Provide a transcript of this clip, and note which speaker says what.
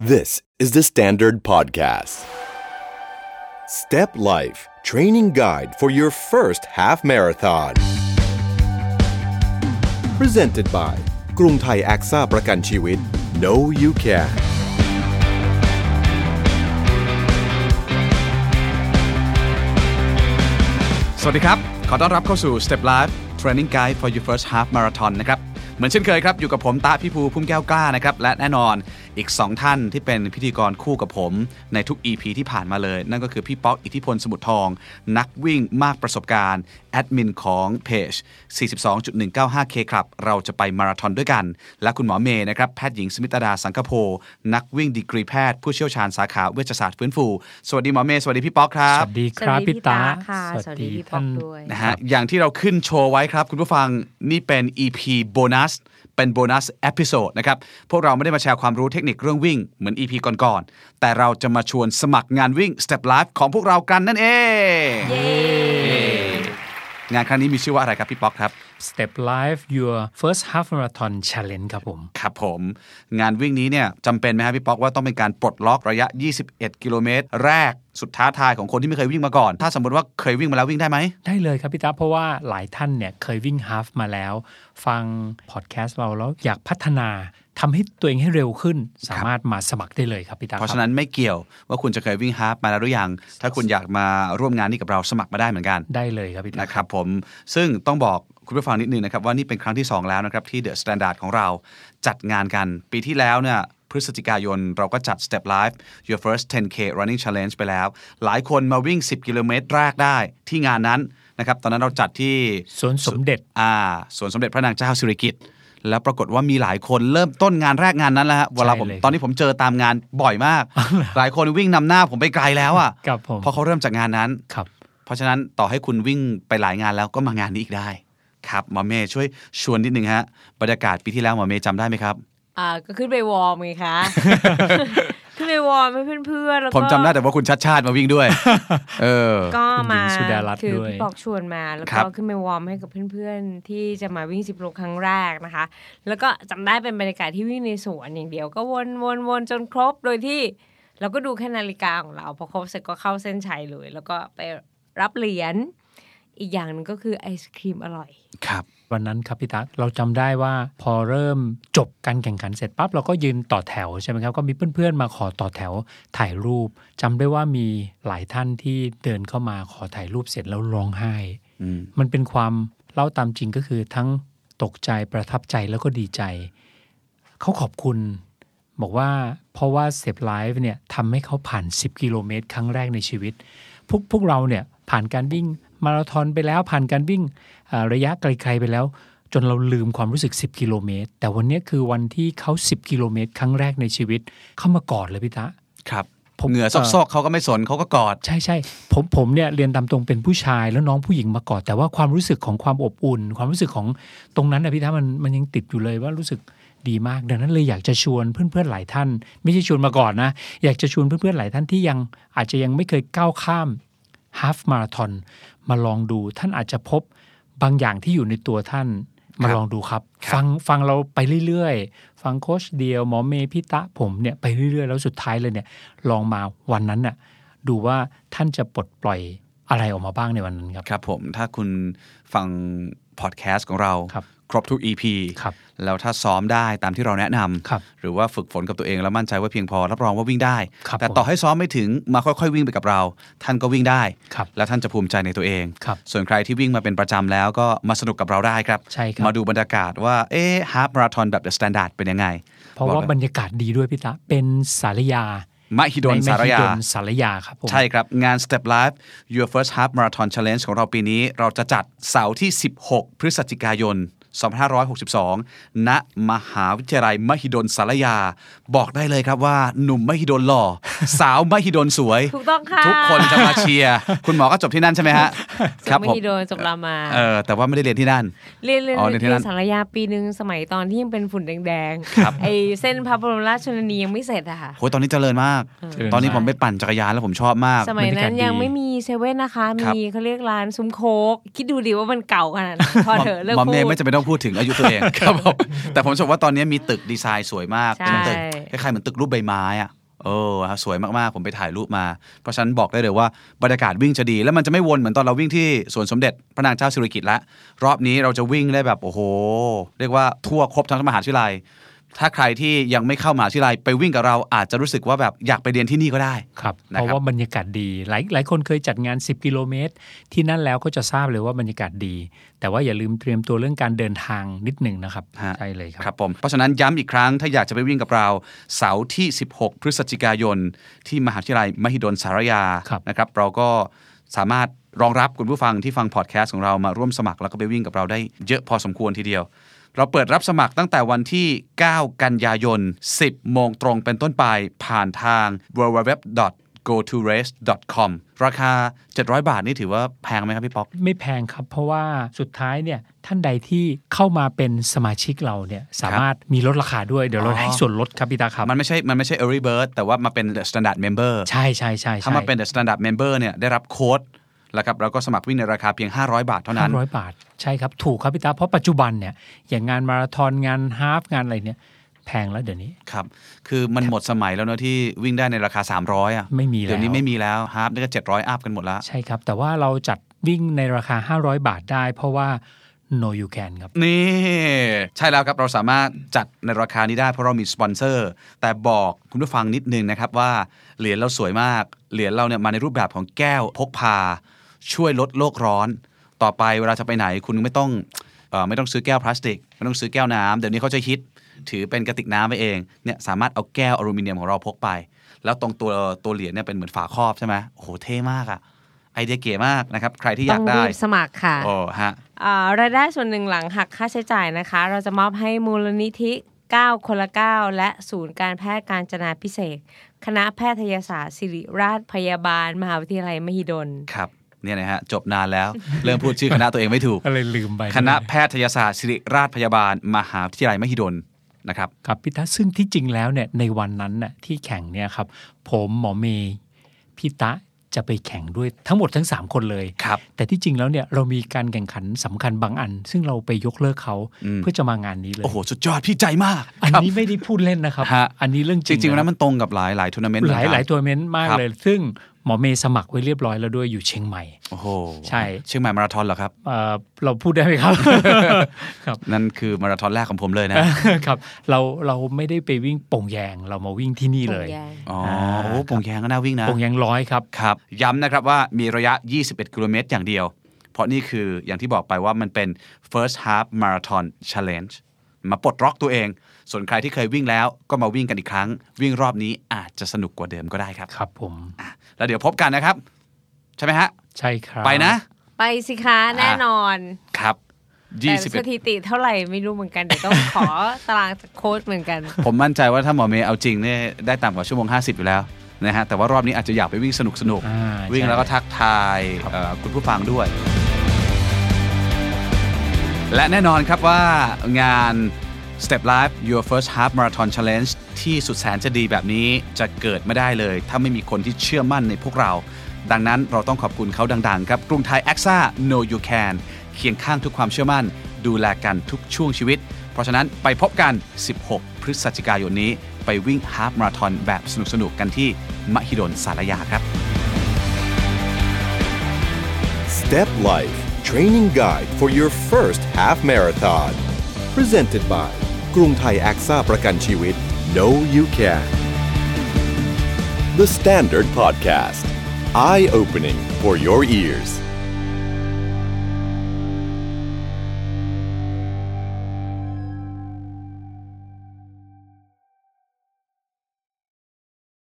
Speaker 1: This is the Standard Podcast. Step Life Training Guide for your first half marathon. Presented by กรุงไทยแอคซ่าประกันชีวิต No You Can
Speaker 2: สวัสดีครับ ขอต้อนรับเข้าสู่ Step Live Training Guide for Your First Half Marathon นะครับ เหมือนเช่นเคยครับ อยู่กับผมตาพี่ภูพุ่มแก้วกล้านะครับ และแน่นอนอีก 2 ท่านที่เป็นพิธีกรคู่กับผมในทุก EP ที่ผ่านมาเลย นั่นก็คือพี่ป๊อกอิทธิพลสมุทรทอง นักวิ่งมากประสบการณ์ แอดมินของเพจ 42.195K ครับ เราจะไปมาราธอนด้วยกัน และคุณหมอเมย์นะครับ แพทย์หญิงสมิตดาสังคโพ นักวิ่งดีกรีแพทย์ผู้เชี่ยวชาญสาขาเวชศาสตร์ฟื้นฟู สวัสดีหมอเมย์สวัสดีพี่ป๊อกครับ
Speaker 3: สวัสดีครับ
Speaker 4: สวัสดี
Speaker 3: พี่ตา
Speaker 4: พี่ตาค่ะสวัสดีพี่ป๊อกด้วย
Speaker 2: นะฮะอย่างที่เราขึ้นโชว์ไว้ครับ คุณผู้ฟังนี่เป็น EP โบนัสเป็นโบนัสเอพิโซดนะครับ พวกเราไม่ได้มาแชร์ความรู้เทคนิคเรื่องวิ่ง เหมือน EP ก่อนๆแต่เราจะมาชวนสมัครงานวิ่ง Step Life ของพวกเรากันนั่นเองงานครั้งนี้มีชื่อว่าอะไรครับ พี่ป๊อกครับ
Speaker 3: สเต็ปไลฟ์ your first half marathon challenge ครับผม
Speaker 2: ครับผม งานวิ่งนี้เนี่ยจำเป็นไหมครับพี่ป๊อกว่าต้องเป็นการปลดล็อกระยะ 21 กิโลเมตร แรกสุดท้าทายของคนที่ไม่เคยวิ่งมาก่อน ถ้าสมมติว่าเคยวิ่งมาแล้ววิ่งได้ไหม
Speaker 3: ได้เลยครับพี่ตาเพราะว่าหลายท่านเนี่ยเคยวิ่ง half มาแล้ว ฟังพอดแคสต์เราแล้วอยากพัฒนาทำให้ตัวเองให้เร็วขึ้น สามารถมาสมัครได้เลยครับพี่ตา
Speaker 2: เพราะ
Speaker 3: คบ
Speaker 2: ฉะนั้นไม่เกี่ยวว่าคุณจะเคยวิ่งฮาล์ฟมาแล้วหรือยัง ถ้าคุณอยากมาร่วมงานนี้กับเราสมัครมาได้เหมือนกัน
Speaker 3: ได้เลยครับพี่ตา
Speaker 2: นะครับผมซึ่งต้องบอกคุณผู้ฟังนิดนึงนะครับว่านี่เป็นครั้งที่ 2 แล้วนะครับที่เดอะสแตนดาร์ดของเราจัดงานกัน ปีที่แล้วเนี่ยพฤศจิกายนเราก็จัด Step Live Your First 10K Running Challenge ไปแล้ว หลายคนมาวิ่ง 10 กิโลเมตรแรกได้ที่งานนั้นนะครับตอนนั้นเราจัดที่
Speaker 3: สวนสมเด็จ
Speaker 2: อ่าสวนสมเด็จพระนางเจ้าสิริกิติ์แล้วปรากฏว่ามีหลายคนเริ่มต้นงานแรกงานนั้นแล้วฮะเวลาผม
Speaker 3: เลยครับ
Speaker 2: ตอนนี้ผมเจอตามงานบ่อยม าก หลายคนวิ่งนำหน้าผมไปไกลแล้วอ่ะ
Speaker 3: ครับผม
Speaker 2: เพราะเขาเริ่มจากงานนั้น
Speaker 3: ครับ
Speaker 2: เพราะฉะนั้นต่อให้คุณวิ่งไปหลายงานแล้วก็มางานนี้อีกได้ ครับหมอเมย์ช่วยชวนนิดนึงฮะบรรยากาศปีที่แล้วหมอเมย์จำได้ไหมครับ
Speaker 4: อ่าก็ขึ้นไปวอร์มไงคะ ขึ้นไปวอร์มให้เพื่อนๆแล้วก็
Speaker 2: ผมจำได้แต่ว่าคุณชัดชาติมาวิ่งด้วย เออ
Speaker 4: ก็มา
Speaker 3: คุณหญิงสุดารัตน์
Speaker 4: คือ
Speaker 3: ด้วย
Speaker 4: พี่ปอกชวนมาแล้ว
Speaker 2: ครั
Speaker 4: ก็
Speaker 2: บ
Speaker 4: ขึ้นไปวอร์มให้กับเพื่อนๆที่จะมาวิ่งสิบโลครั้งแรกนะคะ แล้วก็จำได้เป็นบรรยากาศที่วิ่งในสวนอย่างเดียว ก็วนวนวนจนครบโดยที่ เราก็ดูแค่นาฬิกาของเราพอครบเสร็จก็เข้าเส้นชัยเลย แล้วก็ไปรับเหรียญอีกอย่างหนึ่งก็คือไอศครีมอร่อย
Speaker 2: ครับ
Speaker 3: วันนั้นครับพี่ตาเราจำได้ว่าพอเริ่มจบการแข่งขันเสร็จปั๊บเราก็ยืนต่อแถวใช่ไหมครับ ก็มีเพื่อนๆมาขอต่อแถวถ่ายรูปจำได้ว่ามีหลายท่านที่เดินเข้ามาขอถ่ายรูปเสร็จแล้วร้องไห้
Speaker 2: อืม
Speaker 3: มันเป็นความเล่าตามจริงก็คือทั้งตกใจประทับใจแล้วก็ดีใจ เขาขอบคุณ บอกว่าเพราะว่าเซฟไลฟ์เนี่ยทำให้เขาผ่าน 10 กิโลเมตร ครั้งแรกในชีวิต พวกพวกเราเนี่ยผ่านการวิ่งมาราธอนไปแล้วผ่านการวิ่งเอ่อระยะไกลๆไปแล้ว จนเราลืมความรู้สึก 10 กิโลเมตร แต่วันเนี้ยคือวันที่เขา 10 กิโลเมตร ครั้งแรกในชีวิต เข้ามากอดเลยพี่ตะ
Speaker 2: ครับ
Speaker 3: ผม
Speaker 2: เหงื่อ
Speaker 3: เอ่อ
Speaker 2: ซอกๆเขาก็ไม่สนเขาก็กอด
Speaker 3: ใช่ใช่ผมผมเนี่ยเรียนตามตรงเป็นผู้ชายแล้วน้องผู้หญิงมาก่อนแต่ว่าความรู้สึกของความอบอุ่น ความรู้สึกของตรงนั้นนะพี่ท้ามันมันยังติดอยู่เลยว่ารู้สึกดีมาก ดังนั้นเลยอยากจะชวนเพื่อนๆหลายท่าน ไม่ใช่ชวนมาก่อนนะ อยากจะชวนเพื่อนๆหลายท่านที่ยังอาจจะยังไม่เคยก้าวข้ามฮาฟมาราทอนมาลองดูท่านอาจจะพบบางอย่างที่อยู่ในตัวท่านมาลองดูครับ
Speaker 2: ครับ
Speaker 3: ฟังฟังเราไปเรื่อยๆ ฟังโคชเดียวหมอเมย์พี่ตะผมเนี่ยไปเรื่อยๆ แล้วสุดท้ายเลยเนี่ยลองมาวันนั้นน่ะ ดูว่าท่านจะปลดปล่อยอะไรออกมาบ้างในวันนั้นครับ
Speaker 2: ครับผมถ้าคุณฟังพอดแคสต์ของเรา
Speaker 3: ครับ
Speaker 2: ครบทุก EP
Speaker 3: ครับ
Speaker 2: แล้วถ้าซ้อมได้ตามที่เราแนะนำ
Speaker 3: ครับ
Speaker 2: หรือว่าฝึกฝนกับตัวเองแล้วมั่นใจว่าเพียงพอรับรองว่าวิ่งได้
Speaker 3: ครับ
Speaker 2: แต่ต่อ
Speaker 3: ผม
Speaker 2: ให้ซ้อมไม่ถึงมาค่อยๆวิ่งไปกับเรา ท่านก็วิ่งได้
Speaker 3: ครับ
Speaker 2: แล้วท่านจะภูมิใจในตัวเอง
Speaker 3: ครับ
Speaker 2: ส่วนใครที่วิ่งมาเป็นประจำแล้วก็มาสนุกกับเราได้ครับ
Speaker 3: ใช่ครับ
Speaker 2: มาดูบรรยากาศว่าเอ๊ะฮาล์ฟมาราธอนแบบเดอะสแตนดาร์ดเป็นยังไง
Speaker 3: เพราะว่าบรรยากาศดีด้วยพี่ตะ เป็นสารยาม
Speaker 2: หิดล
Speaker 3: ใน
Speaker 2: สาร
Speaker 3: มหิ
Speaker 2: ยา
Speaker 3: ดลสารยาครับผม
Speaker 2: ใช่ครับ งาน Step Live Your First Half Marathon Challenge ของเราปีนี้ เราจะจัดเสาร์ที่ 16 พฤศจิกายน 2562 ณ มหาวิทยาลัยมหิดลสารยา บอกได้เลยครับว่าหนุ่มมหิดลหล่อ สาวมหิดลสวย
Speaker 4: ถูกต้องค่ะ
Speaker 2: ทุกคนจะมาเชียร์คุณหมอก็จบที่นั่นใช่ไหมฮะ
Speaker 4: จ
Speaker 2: ค
Speaker 4: บ
Speaker 2: รับ
Speaker 4: ไม่
Speaker 2: ผม
Speaker 4: ดีโดนจบรามา
Speaker 2: เออแต่ว่าไม่ได้เรียนที่นั่น
Speaker 4: เรียนเรียน
Speaker 2: อ๋อเรียนที่
Speaker 4: เรี
Speaker 2: นั่
Speaker 4: ย
Speaker 2: น
Speaker 4: นสารยาปีหนึ่งสมัยตอนที่ยังเป็นฝุ่นแดง
Speaker 2: ครับ
Speaker 4: ไอเส้นพระบรมราชชนนียังไม่เสร็จอะค่ะ
Speaker 2: โหตอนนี้เจริญมาก
Speaker 3: เจริญมาก
Speaker 2: ตอนนี้ผมไปปั่นจักรยานแล้วผมชอบมาก
Speaker 4: สมัย
Speaker 3: บรรยากาศ
Speaker 4: นั้นยัง
Speaker 3: ดี
Speaker 4: ไม่มีเซเว่นนะคะ
Speaker 2: ครับ
Speaker 4: มีเขาเรียกร้านซุ้มโคกคิดดูดิว่ามันเก่าขนาดไหนพอเถอะเลิก
Speaker 2: หมอม
Speaker 4: พู
Speaker 2: เม
Speaker 4: ด
Speaker 2: ย์ไม่จำเป็นต้องพูดถึงอายุตัวเอง ครับผมแต่ผมชมว่าตอนนี้มีตึกดีไซน์สวยมาก
Speaker 4: ใช่
Speaker 2: เป็นตึกคล้ายๆเหมือนตึกรูปใบไม้อะเออฮะสวยมากๆ ผมไปถ่ายรูปมา เพราะฉะนั้นบอกได้เลยว่าบรรยากาศวิ่งจะดี แล้วมันจะไม่วนเหมือนตอนเราวิ่งที่สวนสมเด็จพระนางเจ้าสิริกิติ์ละรอบนี้เราจะวิ่งได้แบบโอ้โห เรียกว่าทั่วครบทั้งมหาวิทยาลัย ถ้าใครที่ยังไม่เข้ามหาวิทยาลัยไปวิ่งกับเราอาจจะรู้สึกว่าแบบอยากไปเรียนที่นี่ก็ได้
Speaker 3: ครับ
Speaker 2: นะครับ
Speaker 3: เพราะว่าบรรยากาศดีหลายหลายคนเคยจัดงาน 10 กิโลเมตร ที่นั่นแล้วก็จะทราบเลยว่าบรรยากาศดี แต่ว่าอย่าลืมเตรียมตัวเรื่องการเดินทางนิดหนึ่งนะครับ
Speaker 2: ฮะ
Speaker 3: ใช่เลยครับ
Speaker 2: ครับผมเพราะฉะนั้นย้ำอีกครั้งถ้าอยากจะไปวิ่งกับเรา เสาร์ที่ 16 พฤศจิกายน ที่มหาวิทยาลัยมหิดลสารยา
Speaker 3: ครับ
Speaker 2: นะครับ เราก็สามารถรองรับคุณผู้ฟังที่ฟังพอดแคสต์ของเรามาร่วมสมัครแล้วก็ไปวิ่งกับเราได้เยอะพอสมควรทีเดียว เราเปิดรับสมัครตั้งแต่วันที่ 9 กันยายน 10 โมงตรงเป็นต้นไปผ่านทาง www go to race com ราคา 700 บาทนี่ถือว่าแพงไหมครับพี่ป๊อก
Speaker 3: ไม่แพงครับ เพราะว่าสุดท้ายเนี่ยท่านใดที่เข้ามาเป็นสมาชิกเราเนี่ยสามารถมีลดราคาด้วยเดี๋ยวเรา
Speaker 2: อ๋อ
Speaker 3: ให้ส่วนลดครับพี่ตาครับ
Speaker 2: มันไม่ใช่มันไม่ใช่ early bird แต่ว่ามาเป็น the standard member
Speaker 3: ใช่ใช่ใช่
Speaker 2: ถ้ามาเป็น The Standard Member เนี่ยได้รับโค้ดแล้วครับแล้วก็สมัครวิ่งในราคาเพียง 500 บาทเท่านั้น
Speaker 3: ห้าร้อยบาท ใช่ครับ ถูกครับพี่ตาเพราะปัจจุบันเนี่ยอย่างงานมาราธอนงานฮาล์ฟงานอะไรเนี่ยแพงแล้วเดี๋ยวนี้
Speaker 2: ครับ คือมันหมดสมัยแล้วเนอะที่วิ่งได้ในราคา 300อ่ะ
Speaker 3: ไม่มีแล้ว
Speaker 2: เดี๋ยวนี้ไม่มีแล้วฮาร์ปนี่ก็700 อัพกันหมดแล้ว
Speaker 3: ใช่ครับ แต่ว่าเราจัดวิ่งในราคา 500 บาทได้ เพราะว่า no you can ครับ
Speaker 2: นี่ ใช่แล้วครับ เราสามารถจัดในราคานี้ได้เพราะเรามีสปอนเซอร์ แต่บอกคุณผู้ฟังนิดนึงนะครับว่าเหรียญเราสวยมาก เหรียญเราเนี่ยมาในรูปแบบของแก้วพกพา ช่วยลดโลกร้อน ต่อไปเวลาจะไปไหนคุณไม่ต้องเออไม่ต้องซื้อแก้วพลาสติก ไม่ต้องซื้อแก้วน้ำเดี๋ยวนี้เขาจะฮิต ถือเป็นกระติกน้ำไปเองเนี่ยสามารถเอาแก้วอลูมิเนียมของเราพกไป แล้วตรงตัวตัวเหรียญเนี่ยเป็นเหมือนฝาครอบใช่ไหมโอ้โหเท่มากอะไอเดียเก๋มากนะครับใครที่อ
Speaker 4: ต้
Speaker 2: ยา
Speaker 4: อก ง
Speaker 2: ได้
Speaker 4: รีบสมัครค่ะ
Speaker 2: โอ้ฮะ
Speaker 4: อ่ารายได้ส่วนหนึ่งหลังหักค่าใช้จ่ายนะคะ เราจะมอบให้มูลนิธิ 9 คนละ 9 และศูนย์การแพทย์การจนาพิเศษกคณะแพทยศาสตร์ศิริราชพยาบาล มหาวิทยาลัยมหิดล
Speaker 2: ครับเนี่ยนะฮะจบนานแล้ว เริ่มพูดชื่อคณะตัวเองไม่ถูก
Speaker 3: อะไรลืมไป
Speaker 2: คณะแพทยศาสตร์ศิริราชพยาบาล มหาวิทยาลัยมหิดลนะครับ
Speaker 3: ครับพี่ตาซึ่งที่จริงแล้วเนี่ยในวันนั้นน่ะที่แข่งเนี่ยครับ ผมหมอเมย์พี่ตะจะไปแข่งด้วยทั้งหมดทั้ง 3 คนเลย
Speaker 2: ครับ
Speaker 3: แต่ที่จริงแล้วเนี่ยเรามีการแข่งขันสำคัญบางอัน ซึ่งเราไปยกเลิกเขาเพื่อจะมางานนี้เลย
Speaker 2: โอ้โห สุดยอดพี่ใจมาก
Speaker 3: อัน
Speaker 2: ครับ
Speaker 3: นี้ไม่ได้พูดเล่นนะครับ
Speaker 2: ฮะ
Speaker 3: อันนี้เรื่องจ
Speaker 2: จ
Speaker 3: ริง
Speaker 2: ริงๆวัน
Speaker 3: นะ
Speaker 2: นั้นมันตรงกับหลายหลายทัวร์นาเมนต์
Speaker 3: หลาย
Speaker 2: นะค
Speaker 3: ห
Speaker 2: รับ
Speaker 3: ลายทัวร์นาเมนต์มาก
Speaker 2: ครับ
Speaker 3: เลย ซึ่งหมอเมย์สมัครไว้เรียบร้อยแล้วด้วยอยู่เชียงใหม่
Speaker 2: โอ้โห
Speaker 3: ใช่
Speaker 2: เชียงใหม่มาราธอนเหรอครับ
Speaker 3: เอ่อเราพูดได้ไหมครับ ครับ
Speaker 2: นั่นคือมาราธอนแรกของผมเลยนะ
Speaker 3: ครับเราเราไม่ได้ไปวิ่งโป่งแยง เรามาวิ่งที่นี่เลย
Speaker 4: โป่งแยง
Speaker 2: อ๋อ
Speaker 3: อ่า
Speaker 2: โอ้โหโป่งแยงก็น่าวิ่งนะ
Speaker 3: โป่งแยงร้อยครับ
Speaker 2: ครับย้ำนะครับว่ามีระยะ 21 กิโลเมตรอย่างเดียว เพราะนี่คืออย่างที่บอกไปว่ามันเป็น first half marathon challenge มาปลดล็อกตัวเอง ส่วนใครที่เคยวิ่งแล้วก็มาวิ่งกันอีกครั้ง วิ่งรอบนี้อาจจะสนุกกว่าเดิมก็ได้ครับ
Speaker 3: ครับผม
Speaker 2: แล้วเดี๋ยวพบกันนะครับ ใช่ไหมฮะ
Speaker 3: ใช่ครับ
Speaker 2: ไปนะ
Speaker 4: ไปสิคะแน่นอน
Speaker 2: ครับ
Speaker 4: แต่ส
Speaker 2: 21
Speaker 4: ถิติเท่าไหร่ไม่รู้เหมือนกันเดี๋ยวต้องขอ ตารางจากโค้ชเหมือนกัน
Speaker 2: ผมมั่นใจว่าถ้าหมอเมย์เอาจริงเนี่ยได้ต่ำกว่าชั่วโมง 50 อยู่แล้วนะฮะแต่ว่ารอบนี้อาจจะอยากไปวิ่งสนุกสนุกๆ
Speaker 3: อ่า
Speaker 2: วิ่ง
Speaker 3: ใช่
Speaker 2: แล้วก็ทักทายเอ่อคุณผู้ฟังด้วย และแน่นอนครับว่างาน Step Life Your First Half Marathon Challenge ที่สุดแสนจะดีแบบนี้จะเกิดไม่ได้เลย ถ้าไม่มีคนที่เชื่อมั่นในพวกเรา ดังนั้นเราต้องขอบคุณเขาดังๆ ครับกรุงไทยแอคซ่า Know You Can เคียงข้างทุกความเชื่อมั่น ดูแลกันทุกช่วงชีวิต เพราะฉะนั้นไปพบกัน 16 พฤศจิกายนนี้ ไปวิ่งฮาล์ฟมาราธอนแบบสนุกๆกันที่มหิดลสารยาครับ
Speaker 1: Step Life Training Guide for your first half marathon. Presented by กรุงไทย AXA ประกันชีวิต No You Can The Standard Podcast Eye Opening for Your Ears